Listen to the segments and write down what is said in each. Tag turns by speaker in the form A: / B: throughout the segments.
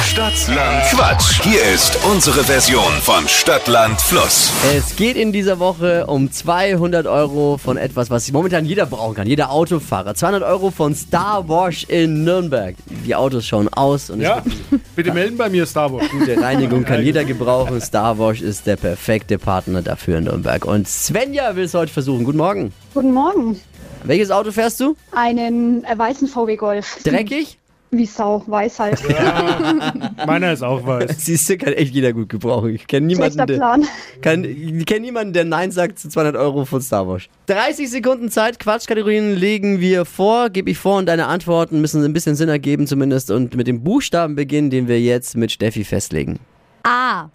A: Stadtland Quatsch. Hier ist unsere Version von Stadtland Fluss.
B: Es geht in dieser Woche um 200 Euro von etwas, was momentan jeder brauchen kann, jeder Autofahrer. 200 Euro von Star Wash in Nürnberg. Die Autos schauen aus und
C: Ja, bitte melden bei mir, Starbucks.
B: es gibt gute Reinigung, kann jeder gebrauchen. Star Wash ist der perfekte Partner dafür in Nürnberg. Und Svenja will es heute versuchen. Guten Morgen.
D: Guten Morgen.
B: Welches Auto fährst du?
D: Einen äh, weißen VW Golf.
B: Dreckig?
D: Wie Sau, weiß halt.
C: Meiner ist auch weiß.
B: Siehst du, kann echt jeder gut gebrauchen. Ich kenne niemanden,
D: Schlechter
B: der...
D: Plan.
B: Kann, ich kenne niemanden, der Nein sagt zu 200 Euro von Star Wars. 30 Sekunden Zeit, Quatschkategorien legen wir vor, gebe ich vor und deine Antworten müssen ein bisschen Sinn ergeben zumindest und mit dem Buchstaben beginnen, den wir jetzt mit Steffi festlegen.
E: A.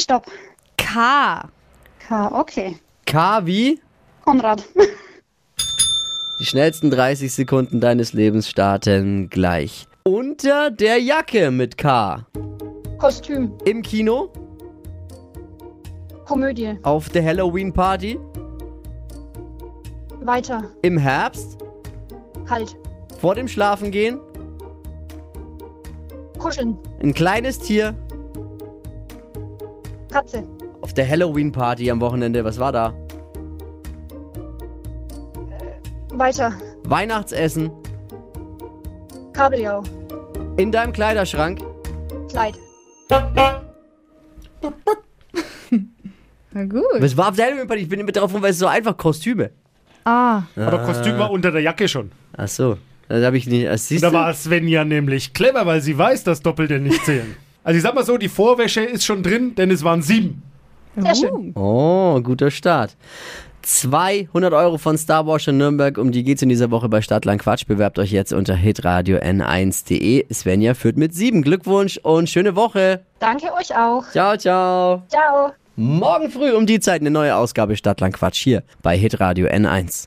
D: Stopp.
E: K.
D: K, okay.
B: K wie?
D: Konrad.
B: Die schnellsten 30 Sekunden deines Lebens starten gleich. Unter der Jacke mit K.
D: Kostüm.
B: Im Kino,
D: Komödie.
B: auf der Halloween Party,
D: Weiter. Halt.
B: im Herbst,
D: Kalt.
B: vor dem Schlafengehen,
D: Kuscheln.
B: ein kleines Tier,
D: Katze.
B: auf der Halloween Party am Wochenende, was war da?
D: Weiter.
B: Weihnachtsessen,
D: Kabeljau.
B: in deinem Kleiderschrank,
D: Kleid.
E: Na gut.
B: Was war auf der Halloween Party? Ich bin immer drauf rum, weil es so einfach Kostüme.
E: A.
C: Aber Kostüm war unter der Jacke schon.
B: Ach so. Das habe ich nicht. Das siehst
C: Da
B: du?
C: war Svenja nämlich clever, weil sie weiß, dass Doppelte nicht zählen. Also ich sag mal so, die Vorwäsche ist schon drin, denn es waren sieben.
D: Sehr schön.
B: Oh, guter Start. 200 Euro von Star Wars in Nürnberg. Um die geht's in dieser Woche bei Stadtland Quatsch. Bewerbt euch jetzt unter hitradio n1.de. Svenja führt mit sieben. Glückwunsch und schöne Woche.
D: Danke euch auch.
B: Ciao, ciao.
D: Ciao.
B: Morgen früh um die Zeit eine neue Ausgabe Stadtland Quatsch hier bei hitradio n1.